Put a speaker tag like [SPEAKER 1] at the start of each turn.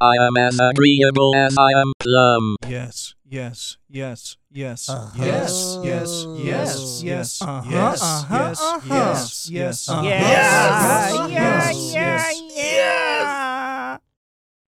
[SPEAKER 1] I am as agreeable as I am plump.
[SPEAKER 2] Yes, yes, yes, yes,
[SPEAKER 3] Uh-huh.
[SPEAKER 2] yes, yes, yes, yes,
[SPEAKER 3] Uh-huh,
[SPEAKER 2] yes,
[SPEAKER 3] uh-huh,
[SPEAKER 2] yes,
[SPEAKER 3] uh-huh.
[SPEAKER 2] yes, yes,
[SPEAKER 3] Uh-huh.
[SPEAKER 4] Yes.